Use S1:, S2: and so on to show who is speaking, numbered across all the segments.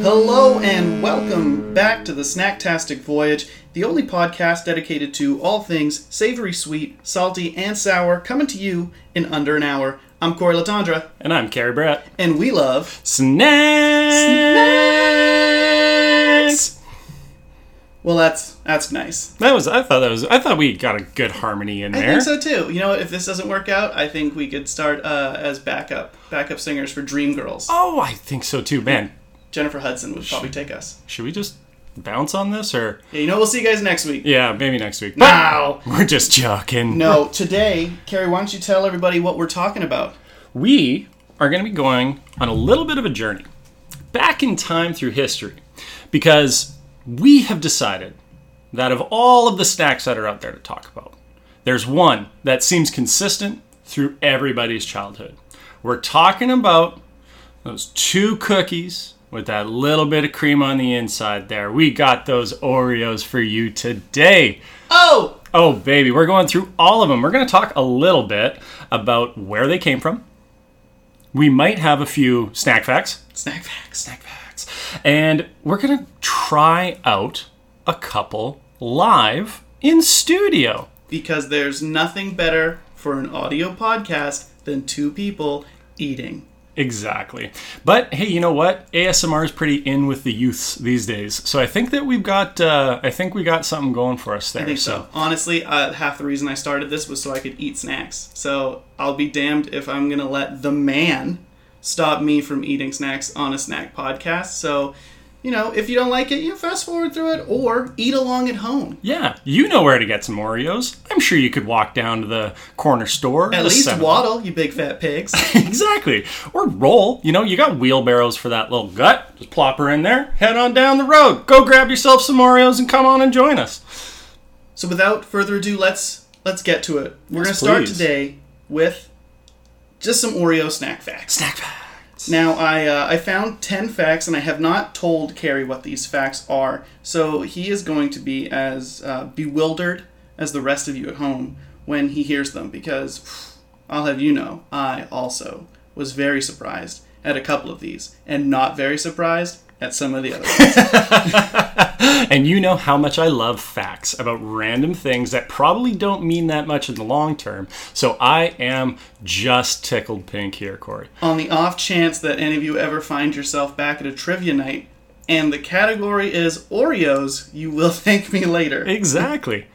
S1: Hello and welcome back to the Snacktastic Voyage, the only podcast dedicated to all things savory, sweet, salty, and sour, coming to you in under an hour. I'm Corey Latondra,
S2: And I'm Carrie Brett.
S1: and we love
S2: Snacks.
S1: well. That's that's nice.
S2: That was. I thought that was. I thought we got a good harmony in
S1: I
S2: there.
S1: think so too. You know, if this doesn't work out, I think we could start uh, as backup backup singers for Dream Girls.
S2: Oh, I think so too, man.
S1: Jennifer Hudson would probably take us.
S2: Should we just bounce on this or?
S1: Yeah, you know, we'll see you guys next week.
S2: Yeah, maybe next week.
S1: Wow.
S2: We're just joking.
S1: No, today, Carrie, why don't you tell everybody what we're talking about?
S2: we are going to be going on a little bit of a journey back in time through history because we have decided that of all of the snacks that are out there to talk about, there's one that seems consistent through everybody's childhood. We're talking about those two cookies with that little bit of cream on the inside there. We got those Oreos for you today.
S1: Oh,
S2: Oh, baby, we're going through all of them. We're going to talk a little bit about where they came from. We might have a few snack facts.
S1: snack facts.
S2: Snack facts. And we're going to try out a couple live in studio.
S1: because there's nothing better for an audio podcast than two people eating.
S2: Exactly. But hey, you know what? ASMR is pretty in with the youths these days. So I think that we've got uh, I think we got something going for us there.
S1: I think so. Honestly, uh, half the reason I started this was so I could eat snacks. So I'll be damned if I'm gonna let the man stop me from eating snacks on a snack podcast. So, you know, if you don't like it, you fast forward through it or eat along at home.
S2: Yeah, you know where to get some Oreos. I'm sure you could walk down to the corner store. or
S1: At
S2: the
S1: least
S2: 7-Eleven.
S1: waddle, you big fat pigs.
S2: Exactly. Or roll. You know, you got wheelbarrows for that little gut. Just plop her in there, head on down the road. Go grab yourself some Oreos and come on and join us.
S1: So without further ado, let's let's get to it. We're
S2: Yes,
S1: gonna start
S2: please.
S1: today with just some Oreo snack facts.
S2: Snack facts.
S1: Now, I, uh, I found 10 facts, and I have not told Carrie what these facts are, so he is going to be as uh, bewildered as the rest of you at home when he hears them, because I'll have you know, I also was very surprised at a couple of these, and not very surprised at some of the others.
S2: And you know how much I love facts about random things that probably don't mean that much in the long term. So I am just tickled pink here, Corey.
S1: On the off chance that any of you ever find yourself back at a trivia night, and the category is Oreos, you will thank me later.
S2: Exactly.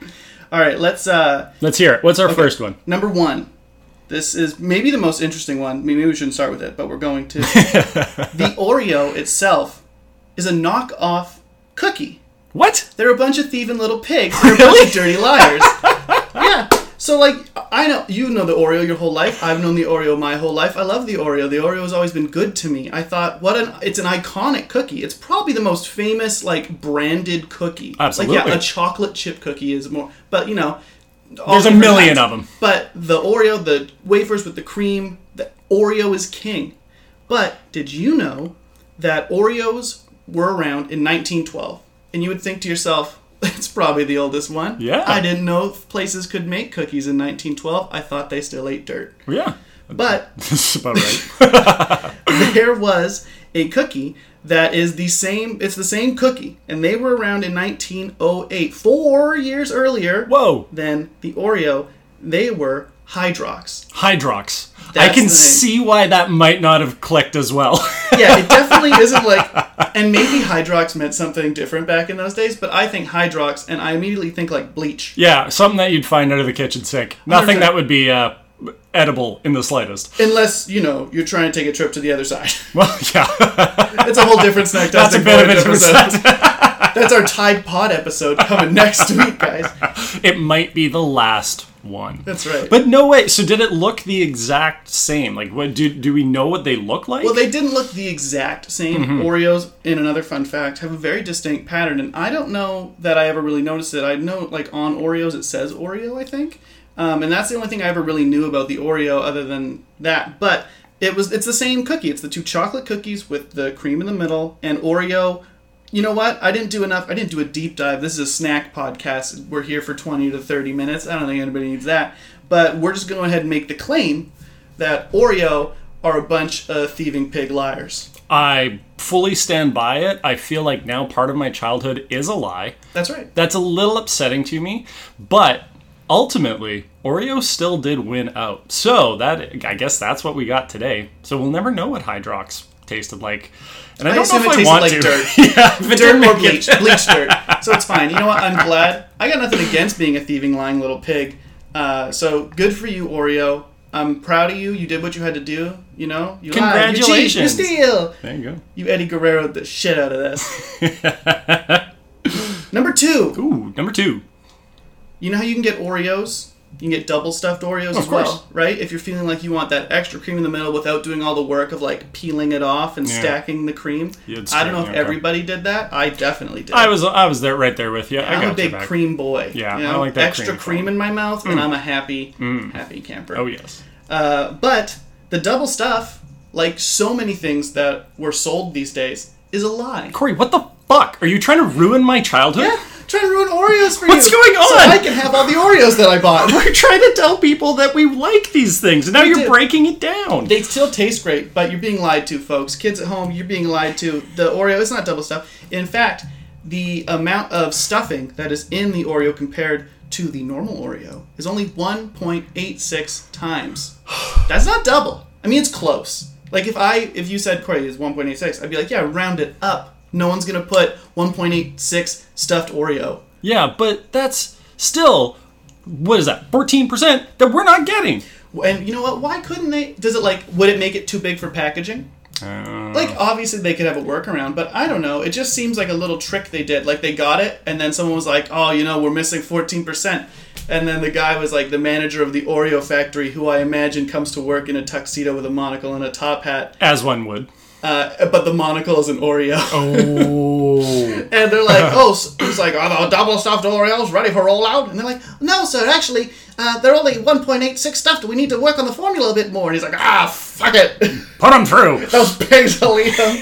S1: All right, let's uh,
S2: Let's hear it. What's our first one?
S1: Number one. This is maybe the most interesting one. I mean, Maybe we shouldn't start with it, but we're going to. the Oreo itself is a knockoff cookie.
S2: What?
S1: They're a bunch of thieving little pigs. They're a bunch of dirty liars. yeah. So like, I know you know the Oreo your whole life. I've known the Oreo my whole life. I love the Oreo. The Oreo has always been good to me. I thought, what an it's an iconic cookie. It's probably the most famous like branded cookie. Like
S2: Absolutely.
S1: yeah, a chocolate chip cookie is more, but you know, all
S2: There's a
S1: different
S2: million
S1: kinds.
S2: of 'em.
S1: But the Oreo, the wafers with the cream, the Oreo is king. But did you know that Oreos were around in 1912? And you would think to yourself, it's probably the oldest one.
S2: Yeah.
S1: I didn't know places could make cookies in 1912. I thought they still ate dirt.
S2: Yeah.
S1: But
S2: That's about right.
S1: there was a cookie that is the same, it's the same cookie. And they were around in 1908, four years earlier
S2: Whoa.
S1: than the Oreo. They were Hydrox.
S2: Hydrox. I
S1: That's
S2: can
S1: the name.
S2: see why that might not have clicked as well.
S1: yeah, it definitely isn't like. And maybe Hydrox meant something different back in those days, but I think Hydrox, and I immediately think like bleach.
S2: Yeah, something that you'd find under the kitchen sink. Nothing that would be uh, edible in the slightest.
S1: Unless, you know, you're trying to take a trip to the other side.
S2: Well, yeah,
S1: It's a whole different snack.
S2: that's a bit of a different side.
S1: That's our Tide Pod episode coming next week, guys.
S2: It might be the last one.
S1: That's right.
S2: But no way. So did it look the exact same? Like, what do do we know what they look like?
S1: Well, they didn't look the exact same. Oreos, in another fun fact, have a very distinct pattern, and I don't know that I ever really noticed it. I know, like on Oreos, it says Oreo, I think, um, and that's the only thing I ever really knew about the Oreo, other than that. But it was it's the same cookie. It's the two chocolate cookies with the cream in the middle, and Oreo. You know what? I didn't do enough. I didn't do a deep dive. This is a snack podcast. We're here for 20 to 30 minutes. I don't think anybody needs that. But we're just going to go ahead and make the claim that Oreo are a bunch of thieving pig liars.
S2: I fully stand by it. I feel like now part of my childhood is a lie.
S1: That's right.
S2: That's a little upsetting to me, but ultimately, Oreo still did win out. So that I guess that's what we got today. So we'll never know what Hydrox tasted like, and I, don't know
S1: assume
S2: if
S1: it
S2: I
S1: tasted
S2: want
S1: like
S2: to.
S1: dirt.
S2: yeah, if it didn't
S1: dirt or
S2: make it-
S1: bleach, bleach dirt. So it's fine. You know what? I'm glad. I got nothing against being a thieving, lying little pig. Uh, so good for you, Oreo. I'm proud of you. You did what you had to do. You know, you lied, you cheat, you
S2: Congratulations.
S1: steal.
S2: There you go.
S1: You Eddie Guerrero the shit out of this. Number two.
S2: Ooh, number two.
S1: You know how you can get Oreos? You can get double stuffed Oreos as
S2: course.
S1: well, right? If you're feeling like you want that extra cream in the middle without doing all the work of like peeling it off and
S2: Yeah.
S1: stacking the cream.
S2: Yeah, it's
S1: I don't know if
S2: stacking, okay.
S1: everybody did that. I definitely did.
S2: I was I was there right there with you. I
S1: I'm
S2: got
S1: a big
S2: your back.
S1: cream boy.
S2: Yeah,
S1: you
S2: I
S1: know?
S2: like that
S1: extra
S2: cream
S1: cream,
S2: fun.
S1: in my mouth, and I'm a happy, happy camper.
S2: Oh yes.
S1: Uh, but the double stuff, like so many things that were sold these days, is a lie.
S2: Corey, what the fuck? Are you trying to ruin my childhood?
S1: Yeah, trying to ruin Oreos for you.
S2: What's going
S1: So
S2: on?
S1: I can have all the Oreos that I bought.
S2: We're trying to tell people that we like these things, and now you're
S1: do.
S2: breaking it down.
S1: They still taste great, but you're being lied to, folks. Kids at home, you're being lied to. The Oreo, it's not double stuff. In fact, the amount of stuffing that is in the Oreo compared to the normal Oreo is only 1.86 times. That's not double. I mean, it's close. Like if I, if you said Corey is 1.86, I'd be like, yeah, round it up. No one's gonna put 1.86 stuffed Oreo.
S2: yeah, but that's still what is that? Fourteen percent that we're not getting.
S1: And you know what? Why couldn't they? Does it like would it make it too big for packaging?
S2: Uh,
S1: Like obviously they could have a workaround, but I don't know. It just seems like a little trick they did. Like they got it, and then someone was like, "Oh, you know, we're missing fourteen percent." And then the guy was like the manager of the Oreo factory, who I imagine comes to work in a tuxedo with a monocle and a top hat,
S2: as one would.
S1: uh, but the monocle is an Oreo.
S2: Oh,
S1: And they're like, "Oh, s- it's like are the double stuffed Oreos ready for rollout?" And they're like, "No, sir. Actually, uh, they're only one point eight six stuffed. We need to work on the formula a bit more." And he's like, "Ah, fuck it." um,
S2: put them through.
S1: Those pigs will eat them.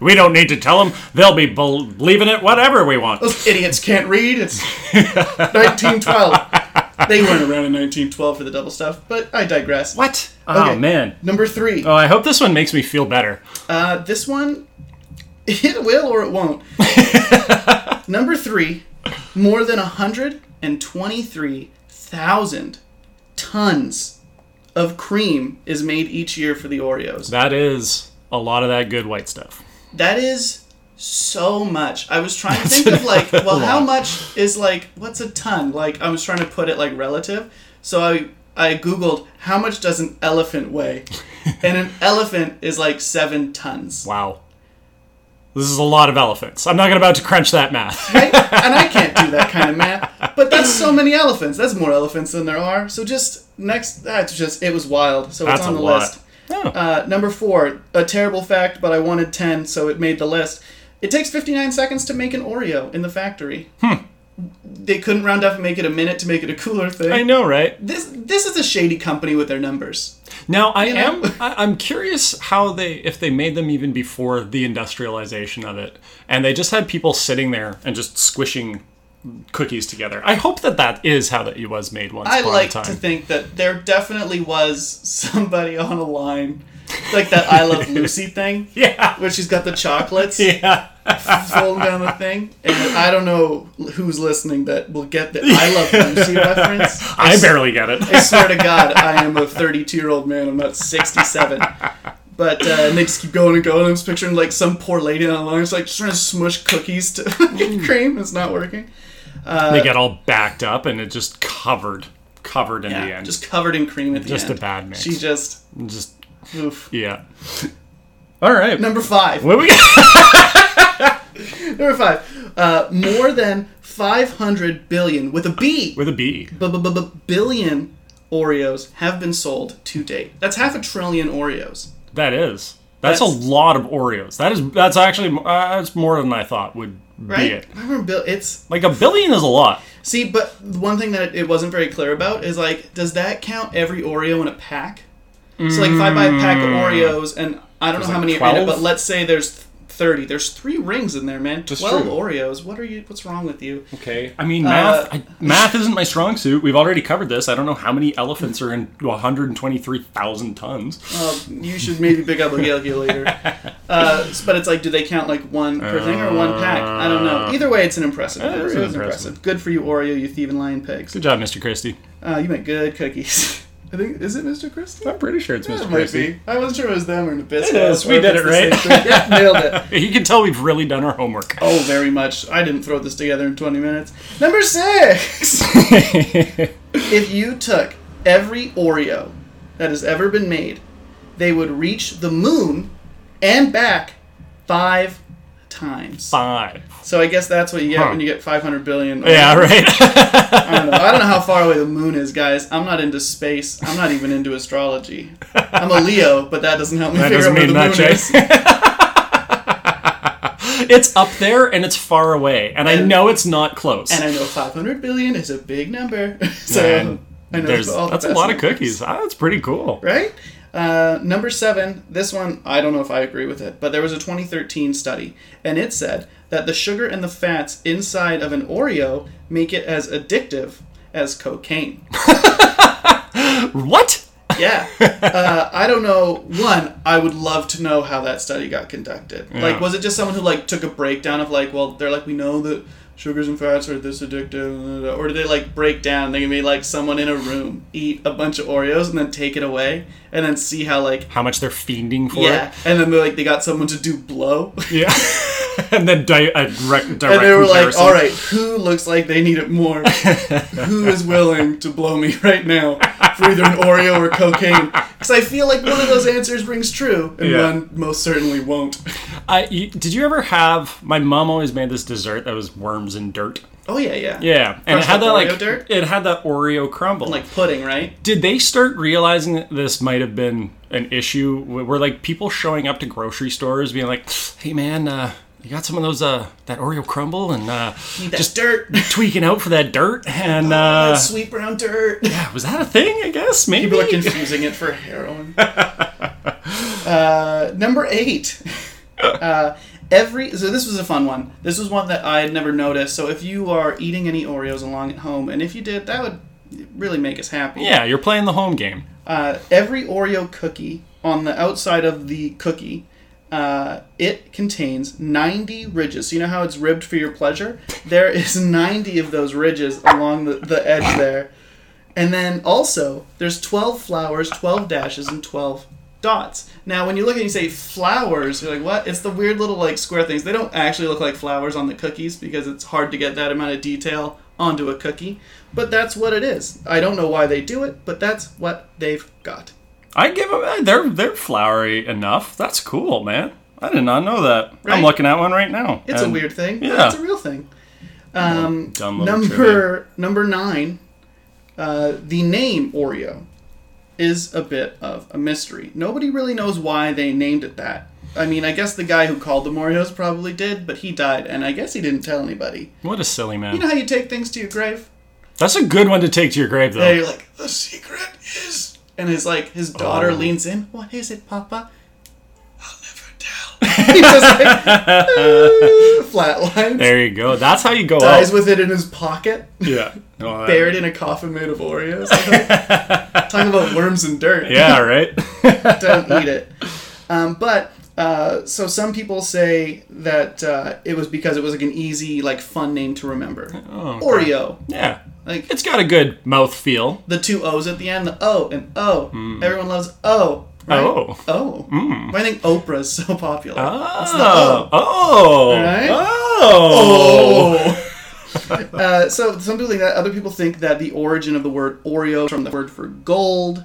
S2: We don't need to tell them. They'll be bel- believing it, whatever we want.
S1: Those idiots can't read. It's 1912. They weren't around in 1912 for the double stuff, but I digress.
S2: What? Oh
S1: Okay.
S2: man.
S1: Number three.
S2: Oh, I hope this one makes me feel better.
S1: Uh, this one, it will or it won't. Number three, more than 123,000 tons of cream is made each year for the Oreos.
S2: That is a lot of that good white stuff.
S1: That is so much. I was trying to think of like, well, how
S2: lot.
S1: much is like, what's a ton? Like, I was trying to put it like relative. So I I googled how much does an elephant weigh, and an elephant is like seven tons.
S2: Wow. This is a lot of elephants. I'm not about to crunch that math.
S1: Right? and I can't do that kind of math. But that's so many elephants. That's more elephants than there are. So just next, that's just it was wild. So
S2: That's
S1: it's
S2: a
S1: on the
S2: lot.
S1: list.
S2: Oh.
S1: Uh, number four, a terrible fact, but I wanted 10, so it made the list. It takes 59 seconds to make an Oreo in the factory.
S2: Hmm.
S1: They couldn't round up and make it a minute to make it a cooler thing.
S2: I know, right?
S1: This this is a shady company with their numbers.
S2: Now I am
S1: know?
S2: I, I'm curious how they if they made them even before the industrialization of it and they just had people sitting there and just squishing cookies together. I hope that that is how that it was made once
S1: I
S2: upon
S1: like
S2: a time.
S1: to think that there definitely was somebody on a line, like that I Love Lucy thing,
S2: yeah.
S1: where she's got the chocolates
S2: Yeah.
S1: folding down the thing. And I don't know who's listening that will get the I Love Lucy reference.
S2: I barely get it.
S1: I swear to God, I am a 32 year old man. I'm not 67. But uh, and they just keep going and going. I'm just picturing like some poor lady on the line, just like just trying to smush cookies to cream. It's not working. uh,
S2: they get all backed up and it just covered covered in the
S1: Yeah,
S2: end.
S1: just covered in cream at the
S2: Just
S1: end.
S2: a bad mix.
S1: She just
S2: just
S1: oof.
S2: yeah. All right.
S1: Number five.
S2: What we
S1: Number five. Uh, more than 500 billion with a B.
S2: with a B.
S1: billion Oreos have been sold to date. That's half a trillion Oreos.
S2: That is. That's,
S1: That's-
S2: a lot of Oreos. That is. That's actually. Uh, that's more than I thought would
S1: Right?
S2: be it.
S1: I remember Bill. It's
S2: Like a billion is a lot.
S1: See, but the one thing that it wasn't very clear about is like, does that count every Oreo in a pack? So like, if I buy a pack of Oreos and I don't know how
S2: Mm. like
S1: many are in it,
S2: 12?
S1: but let's say there's th- thirty. There's three rings in there, man.
S2: That's
S1: Twelve
S2: true.
S1: Oreos. What are you? What's wrong with you?
S2: Okay. I mean, math.
S1: Uh,
S2: I, math isn't my strong suit. We've already covered this. I don't know how many elephants are in 123,000 tons.
S1: Um, you should maybe pick up a calculator. Uh, s- but it's like, do they count like one per thing or one pack? I don't know. Either way, it's an impressive.
S2: it
S1: number.
S2: is
S1: So it's
S2: impressive.
S1: impressive. Good for you, Oreo, you thieving lion pigs.
S2: Good job, Mr. Christie.
S1: Uh, you make good cookies. I think is it Mr. Christie?
S2: I'm pretty sure it's
S1: Yeah,
S2: Mr.
S1: it might
S2: Christie.
S1: be. I wasn't sure if it was them or Nabisco.
S2: is. We
S1: or if
S2: did
S1: it's
S2: it
S1: the
S2: right.
S1: same thing. yeah, nailed it.
S2: You can tell we've really done our homework.
S1: Oh, very much. I didn't throw this together in 20 minutes. Number six. if you took every Oreo that has ever been made, they would reach the moon and back five times.
S2: Five.
S1: So I guess that's what you get
S2: Huh.
S1: when you get 500 billion.
S2: Yeah, right?
S1: I don't know. I don't know how far away the moon is, guys. I'm not into space. I'm not even into astrology. I'm a Leo, but that doesn't help me
S2: That
S1: figure
S2: doesn't
S1: out where
S2: mean
S1: the
S2: much.
S1: moon
S2: eh?
S1: is.
S2: it's up there and it's far away. And I
S1: And-
S2: know it's not close.
S1: And I know 500 billion is a big number. so
S2: And
S1: I know
S2: there's,
S1: all the
S2: that's a
S1: best
S2: lot of
S1: numbers,
S2: cookies. Ah, that's pretty cool.
S1: Right? Uh, number seven, this one, I don't know if I agree with it, but there was a 2013 study, and it said that the sugar and the fats inside of an Oreo make it as addictive as cocaine.
S2: What?
S1: Yeah. Uh, I don't know. One, I would love to know how that study got conducted. Like, was it just someone who like took a breakdown of like, well, they're like, we know that sugars and fats are this addictive, or did they like break down? They made like someone in a room eat a bunch of Oreos and then take it away and then see how like.
S2: How much they're fiending for
S1: Yeah, and then they like they got someone to do blow,
S2: it? Yeah. and then di- a direct, direct
S1: and they were like,
S2: comparison.
S1: "All right, who looks like they need it more? who is willing to blow me right now for either an Oreo or cocaine?" Because I feel like one of those answers rings true, and
S2: Yeah.
S1: one most certainly won't.
S2: I, you, did you ever have? My mom always made this dessert that was worms and dirt.
S1: Oh yeah, yeah,
S2: Yeah, and it
S1: Crushed
S2: had
S1: up
S2: that like
S1: Oreo dirt?
S2: it had that Oreo crumble.
S1: like pudding, right?
S2: did they start realizing that this might have been an issue? Were were, like people showing up to grocery stores being like, "Hey man, uh, you got some of those uh, that Oreo crumble and uh,
S1: Need that
S2: just
S1: dirt,
S2: tweaking out for that dirt?" And uh,
S1: that sweet brown dirt.
S2: yeah, was that a thing? I guess maybe.
S1: Oh, People are confusing it for heroin. uh, number eight. Uh, every so this was a fun one. This was one that I had never noticed. So if you are eating any Oreos along at home, and if you did, that would really make us happy.
S2: yeah, you're playing the home game.
S1: Uh, every Oreo cookie on the outside of the cookie. Uh, it contains 90 ridges. So you know how it's ribbed for your pleasure? There is 90 of those ridges along the, the edge there. And then also, there's 12 flowers, 12 dashes, and 12 dots. Now, when you look at it and you say flowers, you're like, what? It's the weird little, like, square things. They don't actually look like flowers on the cookies because it's hard to get that amount of detail onto a cookie. But that's what it is. I don't know why they do it, but that's what they've got.
S2: I give them. They're they're flowery enough. That's cool, man. I did not know that. I'm
S1: Right?
S2: looking at one right now.
S1: It's a
S2: And
S1: weird thing,
S2: yeah.
S1: but it's a real thing. Um,
S2: dumb little trivia.
S1: number number nine, uh, the name Oreo is a bit of a mystery. Nobody really knows why they named it that. I mean, I guess the guy who called them Oreos probably did, but he died, and I guess he didn't tell anybody.
S2: What a silly man.
S1: You know how you take things to your grave?
S2: That's a good one to take to your grave, though.
S1: And you're like, the secret is, and his like his daughter
S2: Oh.
S1: leans in. What is it, Papa? I'll never tell. He's just like, uh, flatlines.
S2: There you go. That's how you go
S1: dies
S2: out.
S1: with it in his pocket,
S2: Yeah. Well, that-
S1: buried in a coffin made of Oreos. Talking about worms and dirt.
S2: yeah. Right.
S1: Don't eat it. Um, but uh, so some people say that uh, it was because it was like an easy, like fun name to remember.
S2: Oh,
S1: Oreo,
S2: yeah.
S1: like
S2: It's got a good mouth feel.
S1: the two O's at the end, the O and O. Everyone loves O. Right?
S2: Hmm. Oh.
S1: O. Why do you think Oprah's so popular? It's the O.
S2: Oh. Oh.
S1: Right?
S2: Oh.
S1: uh, so some people think that other people think that the origin of the word Oreo is from the word for gold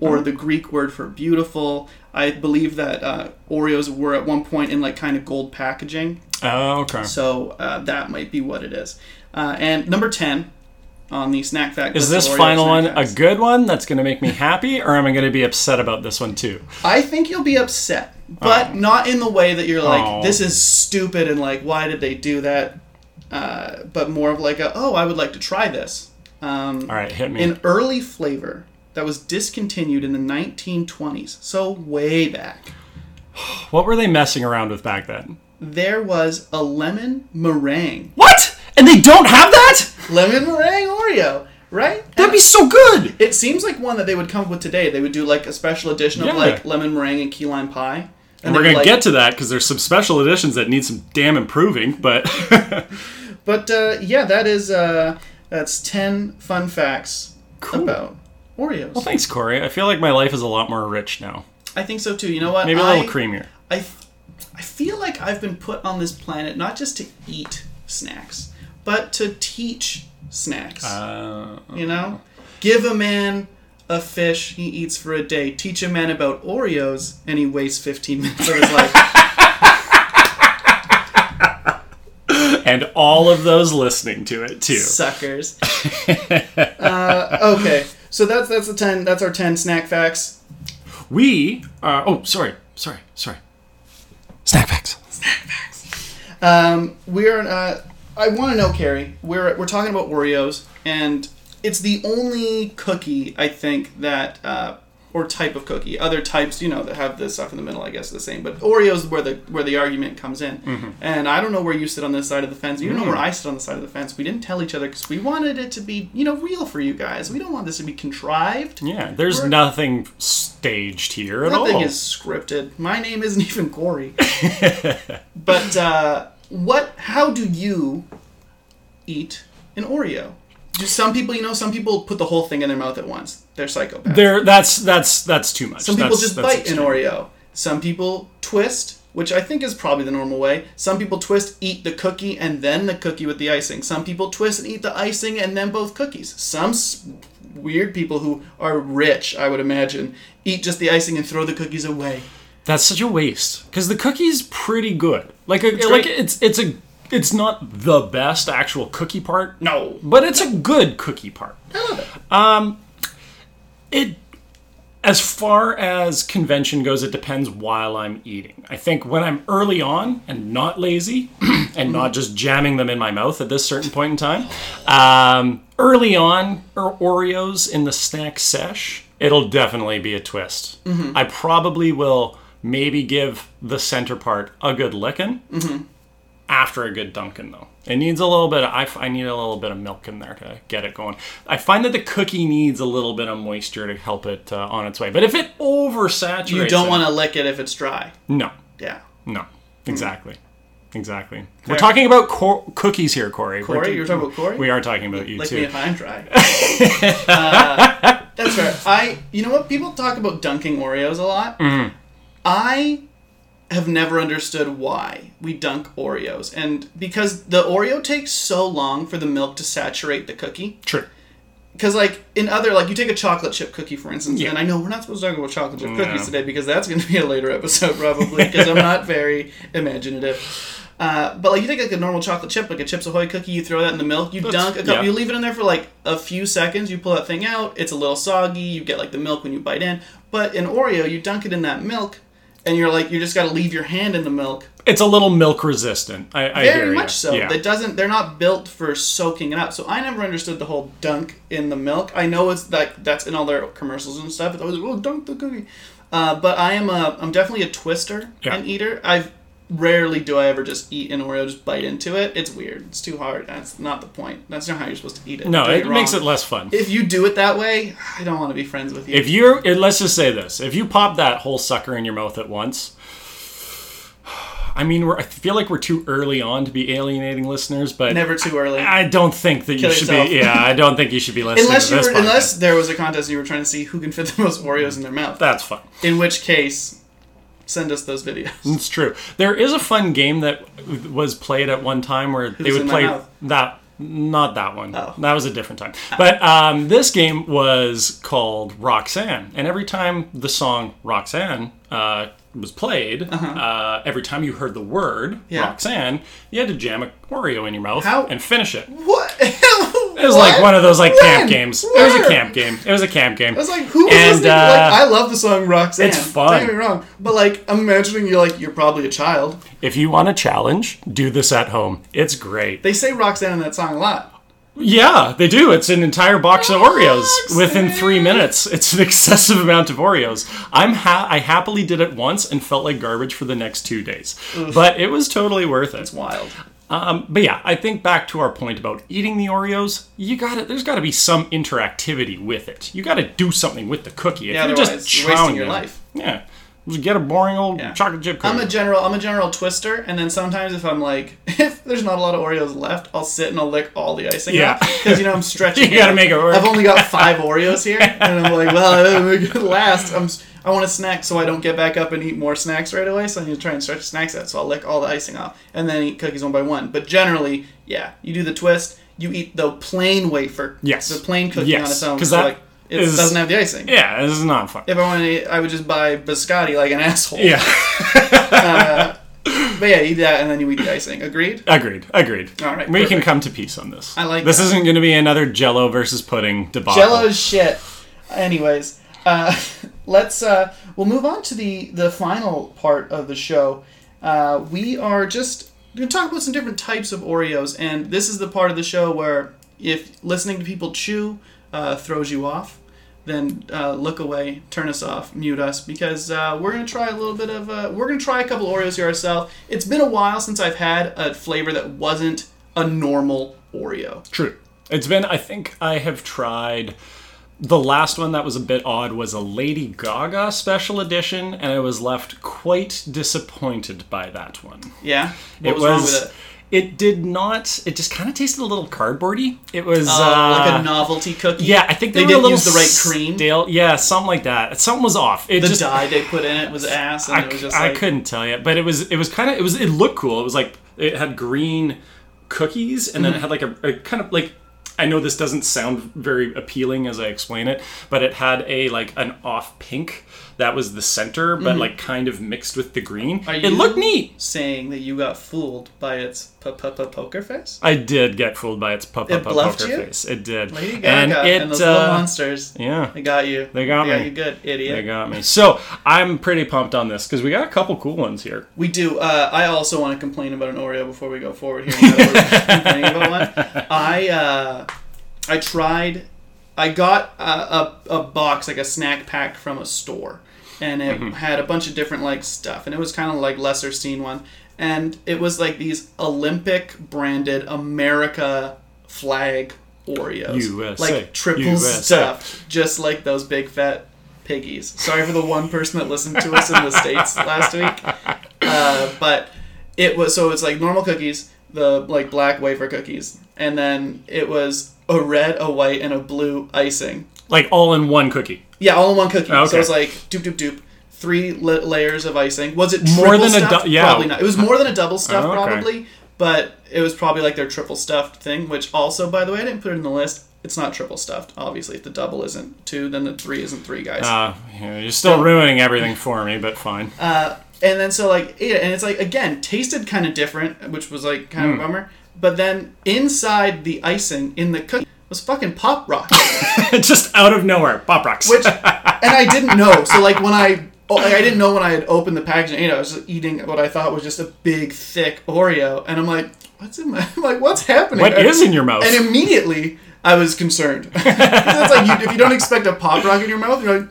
S2: Uh-huh.
S1: or the Greek word for beautiful. I believe that uh, Oreos were at one point in like kind of gold packaging,
S2: Oh, Okay.
S1: so uh, that might be what it is. Uh, and number ten on the snack fact
S2: Is
S1: list of
S2: this
S1: Oreo
S2: final
S1: snack
S2: one
S1: facts.
S2: a good one that's going to make me happy, or am I going to be upset about this one too?
S1: I think you'll be upset, but not in the way that you're like,
S2: Oh.
S1: this is stupid and like, why did they do that? Uh, but more of like, a, oh, I would like to try this. Um,
S2: All right, hit me.
S1: An early flavor that was discontinued in the 1920s, so way back.
S2: what were they messing around with back then?
S1: there was a lemon meringue.
S2: What? And they don't have that?
S1: Lemon meringue Oreo, right?
S2: That'd be so good.
S1: It seems like one that they would come up with today. They would do like a special edition of
S2: Yeah.
S1: like lemon meringue and key lime pie.
S2: And
S1: they would,
S2: we're gonna
S1: like-
S2: get to that because there's some special editions that need some damn improving. But
S1: But uh, yeah, that is uh, that's ten fun facts
S2: Cool.
S1: about Oreos.
S2: thanks, Corey. I feel like my life is a lot more rich now.
S1: I think so too. You know what?
S2: Maybe a
S1: I,
S2: little creamier.
S1: I, f- I feel like I've been put on this planet not just to eat snacks, but to teach snacks.
S2: Uh,
S1: you know, give a man a fish he eats for a day. Teach a man about Oreos, and he wastes fifteen minutes of his life.
S2: and all of those listening to it too.
S1: Suckers. uh, okay, so that's that's the ten. That's our ten snack facts.
S2: We are. Oh, sorry, sorry, sorry. Snack facts.
S1: Um, we're uh, I want to know, Carrie. We're we're talking about Oreos, and it's the only cookie I think that uh, or type of cookie. Other types, you know, that have this stuff in the middle, I guess, are the same. But Oreos is where the where the argument comes in. And I don't know where you sit on this side of the fence. You know where I sit on the side of the fence. We didn't tell each other because we wanted it to be you know real for you guys. We don't want this to be contrived.
S2: Yeah, there's
S1: We're-
S2: nothing staged here at
S1: That
S2: all.
S1: thing is scripted. My name isn't even Corey. but uh, what? How do you eat an Oreo? Do some people, you know, some people put the whole thing in their mouth at once. They're psychopaths.
S2: there, that's that's that's too much.
S1: some people
S2: That's-
S1: just
S2: that's
S1: bite
S2: extreme.
S1: an Oreo. Some people twist, which I think is probably the normal way. Some people twist, eat the cookie, and then the cookie with the icing. Some people twist and eat the icing and then both cookies. Some s- weird people who are rich, I would imagine, eat just the icing and throw the cookies away.
S2: That's such a waste because the cookie's pretty good. Like, a, like
S1: great.
S2: it's it's a it's not the best actual cookie part,
S1: No.
S2: but it's a good cookie part. Um, It as far as convention goes, it depends while I'm eating. I think when I'm early on and not lazy and not just jamming them in my mouth at this certain point in time, um, early on or Oreos in the snack sesh, it'll definitely be a twist.
S1: Mm-hmm.
S2: I probably will maybe give the center part a good licking
S1: Mm-hmm.
S2: after a good Dunkin' though. It needs a little bit. Of, I, f- I need a little bit of milk in there to get it going. I find that the cookie needs a little bit of moisture to help it uh, on its way. But if it oversaturates,
S1: You don't Mm. want to lick it if it's dry.
S2: No,
S1: Yeah.
S2: no, exactly, exactly. We're talking about cor- cookies here, Corey. We're
S1: Corey,
S2: t-
S1: you were talking about Corey?
S2: We are talking about you
S1: Lick
S2: too.
S1: me if I'm dry. Uh, that's fair. I, you know what? People talk about dunking Oreos a lot. I have never understood why we dunk Oreos. And because the Oreo takes so long for the milk to saturate the cookie.
S2: True.
S1: Because, like, in other, like, you take a chocolate chip cookie, for instance,
S2: Yeah.
S1: and I know we're not supposed to talk about chocolate chip
S2: No.
S1: cookies today because that's going to be a later episode, probably, because I'm not very imaginative. Uh, but, like, you take, like, a normal chocolate chip, like a Chips Ahoy cookie, you throw that in the milk, you dunk a cup,
S2: yeah.
S1: you leave it in there for, like, a few seconds, you pull that thing out, it's a little soggy, you get, like, the milk when you bite in. But in Oreo, you dunk it in that milk, and you're like, you just got to leave your hand in the milk
S2: It's a little milk resistant. I, I hear
S1: very
S2: ya.
S1: much so.
S2: Yeah.
S1: That doesn't. They're not built for soaking it up. So I never understood the whole dunk in the milk. I know it's like that's in all their commercials and stuff. It's always oh dunk the cookie. Uh, but I am a I'm definitely a twister
S2: Yeah.
S1: and eater. I've rarely do I ever just eat an Oreo, just bite into it. It's weird. It's too hard. That's not the point. That's not how you're supposed to eat it.
S2: no,
S1: Don't
S2: it
S1: get me
S2: makes
S1: wrong.
S2: it less fun.
S1: If you do it that way, I don't want to be friends with you.
S2: If you're, eh, let's just say this: if you pop that whole sucker in your mouth at once, I mean, we're, I feel like we're too early on to be alienating listeners, but
S1: Never too early.
S2: I don't think that you
S1: Kill
S2: should
S1: yourself.
S2: be. Yeah, I don't think you should be listening
S1: unless
S2: to
S1: you
S2: this.
S1: were,
S2: podcast.
S1: unless there was a contest and you were trying to see who can fit the most Oreos in their mouth.
S2: that's fun.
S1: In which case, send us those videos.
S2: It's true. There is a fun game that was played at one time where they
S1: was
S2: would
S1: in my
S2: play
S1: mouth?
S2: that. Not that one.
S1: Oh.
S2: That was a different time. But um, this game was called Roxanne, and every time the song Roxanne uh, was played, uh every time you heard the word
S1: Uh-huh. Yeah.
S2: Roxanne, you had to jam a Oreo in your mouth
S1: How-
S2: and finish it. It
S1: What? it
S2: was like one of those like
S1: When?
S2: camp games. It was
S1: Where?
S2: a camp game. It was a camp game.
S1: I was like, who was
S2: And,
S1: listening? to,
S2: uh,
S1: like, I love the song Roxanne.
S2: it's fun.
S1: Don't get me wrong, but like, I'm imagining you're like, you're probably a child.
S2: If you want a challenge, do this at home. It's great.
S1: They say Roxanne in that song a lot.
S2: Yeah, they do. It's an entire box of Oreos
S1: Box!
S2: within three minutes. It's an excessive amount of Oreos. I'm ha- I happily did it once and felt like garbage for the next two days, but it was totally worth it.
S1: It's wild.
S2: Um, but yeah, I think back to our point about eating the Oreos. You got to There's got to be some interactivity with it. You got to do something with the cookie. If
S1: Yeah,
S2: you're
S1: otherwise
S2: just
S1: you're wasting
S2: chowing
S1: your
S2: down-
S1: life.
S2: Yeah, just get a boring old
S1: Yeah.
S2: chocolate chip cookie.
S1: I'm a general. I'm a general twister, and then sometimes if I'm like, if there's not a lot of Oreos left, I'll sit and I'll lick all the icing.
S2: Yeah.
S1: because you know I'm stretching.
S2: You gotta make it work.
S1: I've only got five Oreos here, and I'm like, well, it last. I'm. s- I want a snack, so I don't get back up and eat more snacks right away. So I need to try and stretch snacks out. So I'll lick all the icing off, and then eat cookies one by one. But generally, yeah, you do the twist. You eat the plain wafer.
S2: Yes.
S1: the plain cookie
S2: Yes,
S1: on its own.
S2: 'cause
S1: so
S2: that
S1: like, it
S2: is-
S1: doesn't have the icing.
S2: yeah, this is not fun.
S1: If I wanted, to, eat- I would just buy biscotti like an asshole.
S2: Yeah,
S1: But yeah, eat that and then you eat the icing. Agreed?
S2: agreed, agreed.
S1: All right,
S2: we can
S1: perfect.
S2: come to peace on this.
S1: I like
S2: this.
S1: that.
S2: Isn't going to be another Jello versus pudding debacle.
S1: Jello's shit. Anyways, uh, let's uh, we'll move on to the the final part of the show. Uh, we are just going to talk about some different types of Oreos, and this is the part of the show where if listening to people chew uh, throws you off, then uh, look away, turn us off, mute us, because uh, we're gonna try a little bit of. Uh, we're gonna try a couple Oreos here ourselves. It's been a while since I've had a flavor that wasn't a normal Oreo.
S2: True. It's been, I think I have tried. The last one that was a bit odd was a Lady Gaga special edition, and I was left quite disappointed by that one.
S1: Yeah, what was, wrong with it?
S2: it did not. It just kind of tasted a little cardboardy. It was
S1: Uh, like
S2: uh,
S1: a novelty cookie.
S2: yeah. I think
S1: they
S2: they, were
S1: didn't
S2: a little
S1: use the right cream?
S2: stale- Yeah, something like that. Something was off. It
S1: the
S2: just
S1: dye they put in it was ass, and
S2: I,
S1: it was just
S2: I
S1: like
S2: couldn't tell you, but it was it was kind of it was it looked cool. It was like it had green cookies,
S1: Mm-hmm.
S2: and then it had like a, a kind of like I know this doesn't sound very appealing as I explain it, but it had a like an off pink that was the center, but like kind of mixed with the green.
S1: Mm-hmm. Are
S2: it looked
S1: you-
S2: neat.
S1: saying that you got fooled by its p- p- p- poker face.
S2: I did get fooled by its pup
S1: It
S2: up
S1: bluffed
S2: poker
S1: you?
S2: face. It did,
S1: Lady Gaga and,
S2: it
S1: those little
S2: uh,
S1: monsters.
S2: yeah.
S1: They got you.
S2: They got me.
S1: you good, idiot.
S2: They got me. So I'm pretty pumped on this because we got a couple cool ones here.
S1: We do. Uh, I also want to complain about an Oreo before we go forward here. now that we're complaining about one. I uh, I tried. I got a, a, a box like a snack pack from a store, and it had a bunch of different like stuff, and it was kind of like lesser seen one, and it was like these Olympic branded America flag Oreos,
S2: USA,
S1: like triple
S2: USA.
S1: stuffed, just like those big fat piggies. Sorry for the one person that listened to us in the states last week uh, but it was so it's like normal cookies, the like black wafer cookies, and then it was a red, a white, and a blue icing.
S2: Like all in one cookie.
S1: Yeah, all in one cookie.
S2: Okay.
S1: So it's like doop doop doop. Three la- layers of icing. Was it triple
S2: More than a
S1: stuffed?
S2: dou- yeah.
S1: Probably not. It was more than a double stuffed,
S2: Oh, okay.
S1: probably. But it was probably like their triple stuffed thing. Which also, by the way, I didn't put it in the list. It's not triple stuffed. Obviously, if the double isn't two, then the three isn't three, guys.
S2: Uh, yeah, you're still ruining everything for me, but fine.
S1: Uh, And then so like yeah, and it's like again tasted kind of different, which was like kind
S2: Hmm.
S1: of a bummer. But then inside the icing in the cookie was fucking pop rocks,
S2: just out of nowhere, pop rocks.
S1: which and I didn't know. So like when I oh, like, I didn't know when I had opened the package and ate it, I was just eating what I thought was just a big thick Oreo, and I'm like, what's in my I'm like what's happening?
S2: What
S1: And-
S2: is in your mouth?
S1: And immediately I was concerned. 'Cause it's like you, if you don't expect a pop rock in your mouth, you're like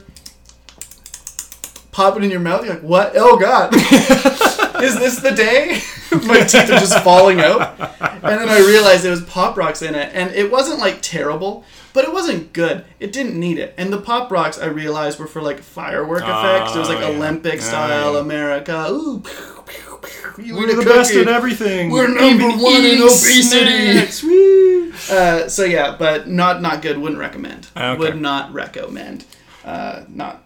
S1: pop it in your mouth. You're like, what? Oh god, is this the day? My teeth are just falling out. And then I realized there was pop rocks in it, and it wasn't like terrible, but it wasn't good. It didn't need it. And the pop rocks I realized were for like firework effects. it was like
S2: Ah, yeah.
S1: Olympic style
S2: yeah.
S1: America. Ooh. Pew, pew, pew. You
S2: We're
S1: eat a
S2: the best
S1: cookie.
S2: at everything.
S1: We're number
S2: Even
S1: one in
S2: eating
S1: obesity.
S2: snacks. Woo.
S1: Uh, so yeah, but not not good. Wouldn't recommend.
S2: Okay.
S1: Would not recommend. Uh, not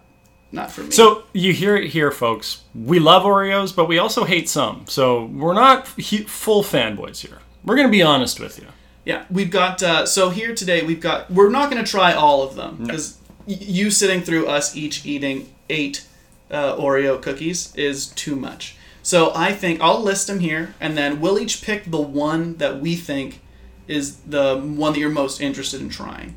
S1: not for me.
S2: So you hear it here, folks. We love Oreos, but we also hate some. So we're not he- full fanboys here. We're gonna be honest with you.
S1: yeah, we've got. Uh, so here today, we've got. We're not going to try all of them because you sitting through us each eating eight uh, Oreo cookies is too much. So I think I'll list them here, and then we'll each pick the one that we think is the one that you're most interested in trying.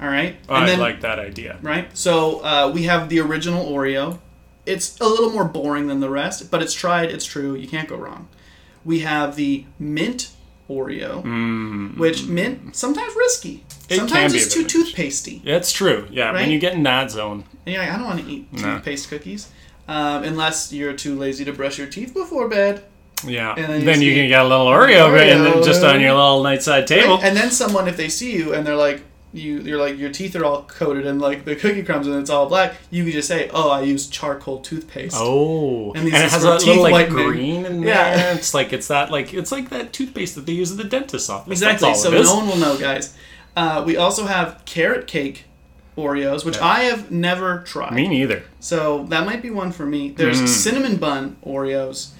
S1: All right,
S2: I
S1: and then
S2: like that idea.
S1: right? So uh, we have the original Oreo. It's a little more boring than the rest, but it's tried, it's true, you can't go wrong. We have the mint Oreo, which mint sometimes risky.
S2: Mm. It can
S1: sometimes
S2: be a
S1: it's too
S2: bit
S1: toothpastey,
S2: That's true. Yeah, when
S1: Right?
S2: you get in that zone,
S1: and you're like, I don't want to eat toothpaste cookies um, unless you're too lazy to brush your teeth before bed.
S2: yeah,
S1: And then you
S2: then you
S1: see-
S2: can get a little Oreo,
S1: Oreo.
S2: and then just on your little nightside table.
S1: And then someone, if they see you and they're like, you, you're like your teeth are all coated in like the cookie crumbs and it's all black. You can just say, "Oh, I use charcoal toothpaste."
S2: Oh,
S1: And
S2: and,
S1: these
S2: it
S1: is
S2: has
S1: for
S2: that
S1: teeth
S2: little like
S1: whitening.
S2: green in
S1: Yeah.
S2: there. It's like it's that like it's like that toothpaste that they use at the dentist's office.
S1: Exactly.
S2: That's all
S1: So
S2: it is.
S1: no one will know, guys. Uh, we also have carrot cake Oreos, which I have never tried.
S2: Me Mm. neither.
S1: So that might be one for me. There's cinnamon bun Oreos.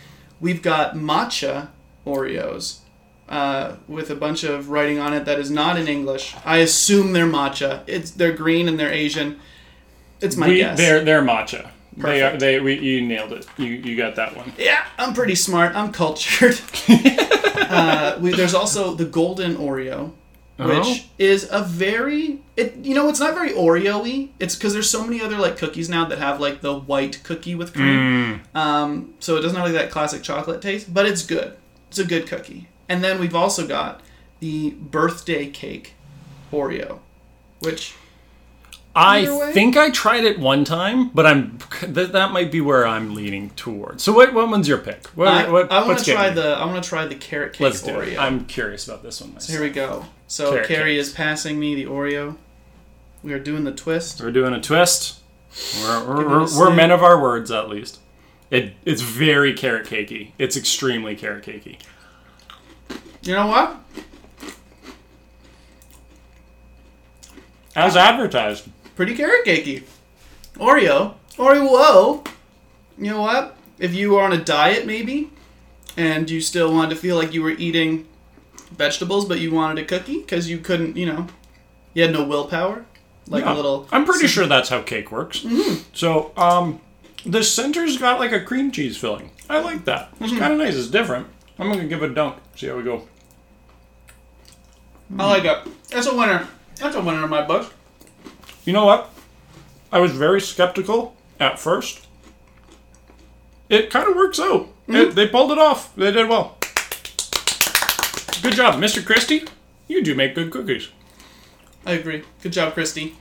S1: We've got matcha Oreos uh, with a bunch of writing on it that is not in English. I assume they're matcha. It's they're green and they're Asian. It's my
S2: We,
S1: guess.
S2: they're they're matcha. They are
S1: Perfect.
S2: they. We, you nailed it. You you got that one.
S1: Yeah, I'm pretty smart. I'm cultured. uh, we, there's also the golden Oreo, which
S2: Oh.
S1: is a very it. You know, it's not very Oreo-y. It's because there's so many other like cookies now that have like the white cookie with cream.
S2: Mm.
S1: Um, so it doesn't have like that classic chocolate taste, but it's good. It's a good cookie. And then we've also got the birthday cake Oreo, which Either
S2: I
S1: way?
S2: think I tried it one time, but I'm that, that might be where I'm leaning towards. So what what one's your pick? What,
S1: I,
S2: what,
S1: I want
S2: what's
S1: to try
S2: getting you?
S1: the I want to try the carrot cake
S2: Let's do
S1: Oreo.
S2: it. I'm curious about this one. Myself.
S1: Here we go. So
S2: Carrot
S1: Carrie is passing me the Oreo. We are doing the twist.
S2: We're doing a twist. We're,
S1: it
S2: we're,
S1: a
S2: we're, we're
S1: sniff.
S2: men of our words, at least. It it's very carrot cakey. It's extremely carrot cakey.
S1: You know what?
S2: As advertised.
S1: Pretty carrot cakey. Oreo. Oreo. You know what? If you were on a diet maybe, and you still wanted to feel like you were eating vegetables, but you wanted a cookie because you couldn't, you know, you had no willpower, like a
S2: Yeah.
S1: little. Mm-hmm.
S2: I'm pretty sure that's how cake works. So, um, the center's got like a cream cheese filling. I like that. It's
S1: Mm-hmm.
S2: kind of nice. It's different. I'm gonna give it a dunk. See how we go.
S1: I like it. That's a winner. That's a winner in my book.
S2: You know what? I was very skeptical at first. It kind of works out.
S1: Mm-hmm.
S2: It- they pulled it off. They did well. Good job, Mr. Christie. You do make good cookies.
S1: I agree. Good job, Christy.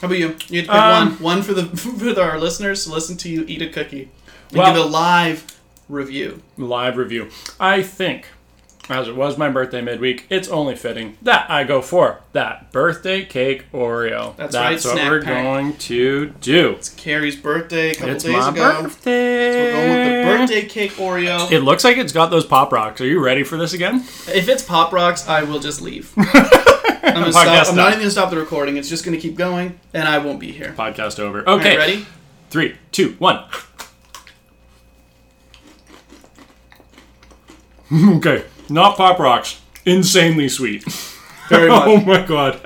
S1: How about you? You had to pick
S2: Um,
S1: one. One for the for our listeners to listen to you eat a cookie and
S2: Well-
S1: give a live review.
S2: live review. I think, as it was my birthday midweek, it's only fitting that I go for that birthday cake Oreo.
S1: That's right,
S2: what
S1: snack
S2: we're
S1: pack.
S2: going to do.
S1: It's Carrie's birthday a couple
S2: It's
S1: days
S2: my
S1: ago.
S2: birthday.
S1: We're going with the birthday cake Oreo.
S2: It looks like it's got those pop rocks. Are you ready for this again?
S1: if it's Pop Rocks, I will just leave. I'm, gonna stop,
S2: Podcast
S1: I'm not
S2: stop.
S1: even going to stop the recording. It's just going to keep going, and I won't be here.
S2: Podcast over.
S1: All right,
S2: Okay,
S1: ready?
S2: Three, two, one. okay, not pop rocks. Insanely sweet.
S1: Very
S2: Oh
S1: much.
S2: my god.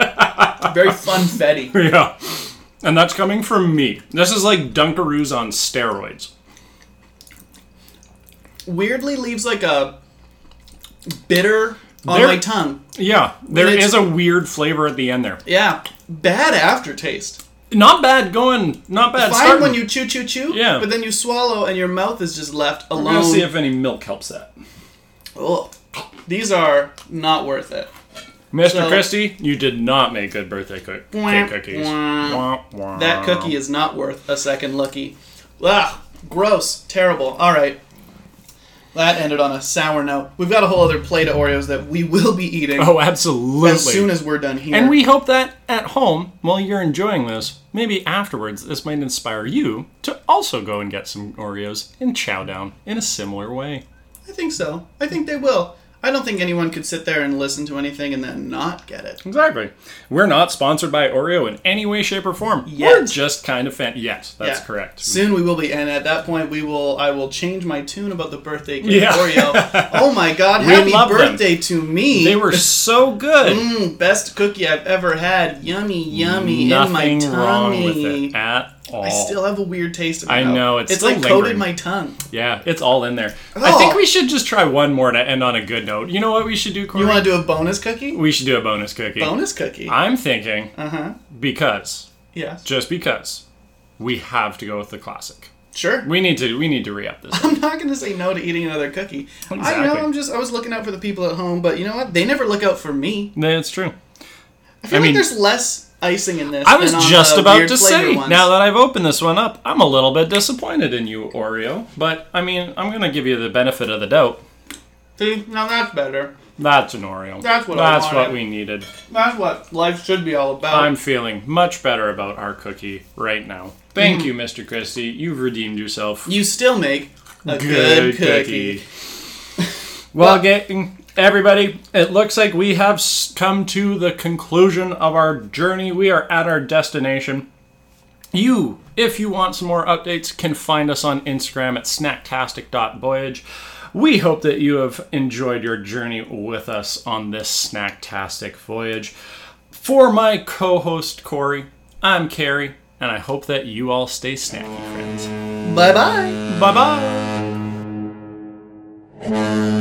S1: Very funfetti.
S2: Yeah. And that's coming from me. This is like Dunkaroos on steroids.
S1: Weirdly leaves like a bitter on
S2: There-
S1: my tongue.
S2: Yeah, there
S1: it's-
S2: is a weird flavor at the end there.
S1: Yeah. Bad aftertaste.
S2: Not bad going, not bad
S1: fine
S2: starting.
S1: when you chew, chew, chew.
S2: Yeah.
S1: But then you swallow and your mouth is just left
S2: I'm gonna
S1: alone.
S2: see if any milk helps that.
S1: Ugh. These are not worth it.
S2: Mr.
S1: So-
S2: Christie, you did not make good birthday cook- cake cookies. Wah, wah.
S1: That cookie is not worth a second lucky. Ugh. Gross. Terrible. All right. That ended on a sour note. We've got a whole other plate of Oreos that we will be eating
S2: Oh, absolutely.
S1: as soon as we're done here.
S2: And we hope that at home, while you're enjoying this, maybe afterwards, this might inspire you to also go and get some Oreos and chow down in a similar way.
S1: I think so. I think they will. I don't think anyone could sit there and listen to anything and then not get it.
S2: Exactly. We're not sponsored by Oreo in any way, shape, or form. We're
S1: Yet.
S2: just kind of fan. Yes, that's
S1: Yeah.
S2: correct.
S1: Soon we will be, and at that point we will. I will change my tune about the birthday cake
S2: Yeah.
S1: Oreo. Oh my God! Happy
S2: love them.
S1: birthday to me!
S2: They were so good.
S1: Mm, best cookie I've ever had. Yummy, yummy in my
S2: Nothing
S1: tummy.
S2: wrong with it at all.
S1: I still have a weird taste. In my
S2: I
S1: mouth.
S2: know, it's
S1: it's
S2: still
S1: like coated
S2: lingering.
S1: my tongue.
S2: yeah, it's all in there.
S1: Oh.
S2: I think we should just try one more to end on a good note. You know what we should do, Corey?
S1: You want to do a bonus cookie?
S2: we should do a bonus cookie.
S1: Bonus cookie.
S2: I'm thinking
S1: Uh huh.
S2: because
S1: Yes.
S2: just because we have to go with the classic.
S1: Sure.
S2: We need to we need to re up this.
S1: I'm not going to say no to eating another cookie. I know
S2: Exactly.
S1: I'm just I was looking out for the people at home, but you know what? They never look out for me.
S2: That's true.
S1: I feel
S2: I
S1: like
S2: mean-
S1: there's less icing in this.
S2: I was
S1: than on
S2: just
S1: the
S2: about
S1: weird
S2: to
S1: flavor
S2: say.
S1: ones.
S2: Now that I've opened this one up, I'm a little bit disappointed in you, Oreo. But I mean, I'm gonna give you the benefit of the doubt.
S1: See, now that's better.
S2: That's an Oreo.
S1: That's what I
S2: That's what
S1: wanted.
S2: we needed.
S1: That's what life should be all about.
S2: I'm feeling much better about our cookie right now. Thank
S1: Mm-hmm.
S2: you, Mr. Christie. You've redeemed yourself.
S1: you still make a good, cookie.
S2: well, gang, everybody, it looks like we have s- come to the conclusion of our journey. We are at our destination. You, if you want some more updates, can find us on Instagram at snacktastic.voyage. We hope that you have enjoyed your journey with us on this snacktastic voyage. For my co host, Corey, I'm Carrie, and I hope that you all stay snacky, friends.
S1: Bye bye.
S2: Bye bye.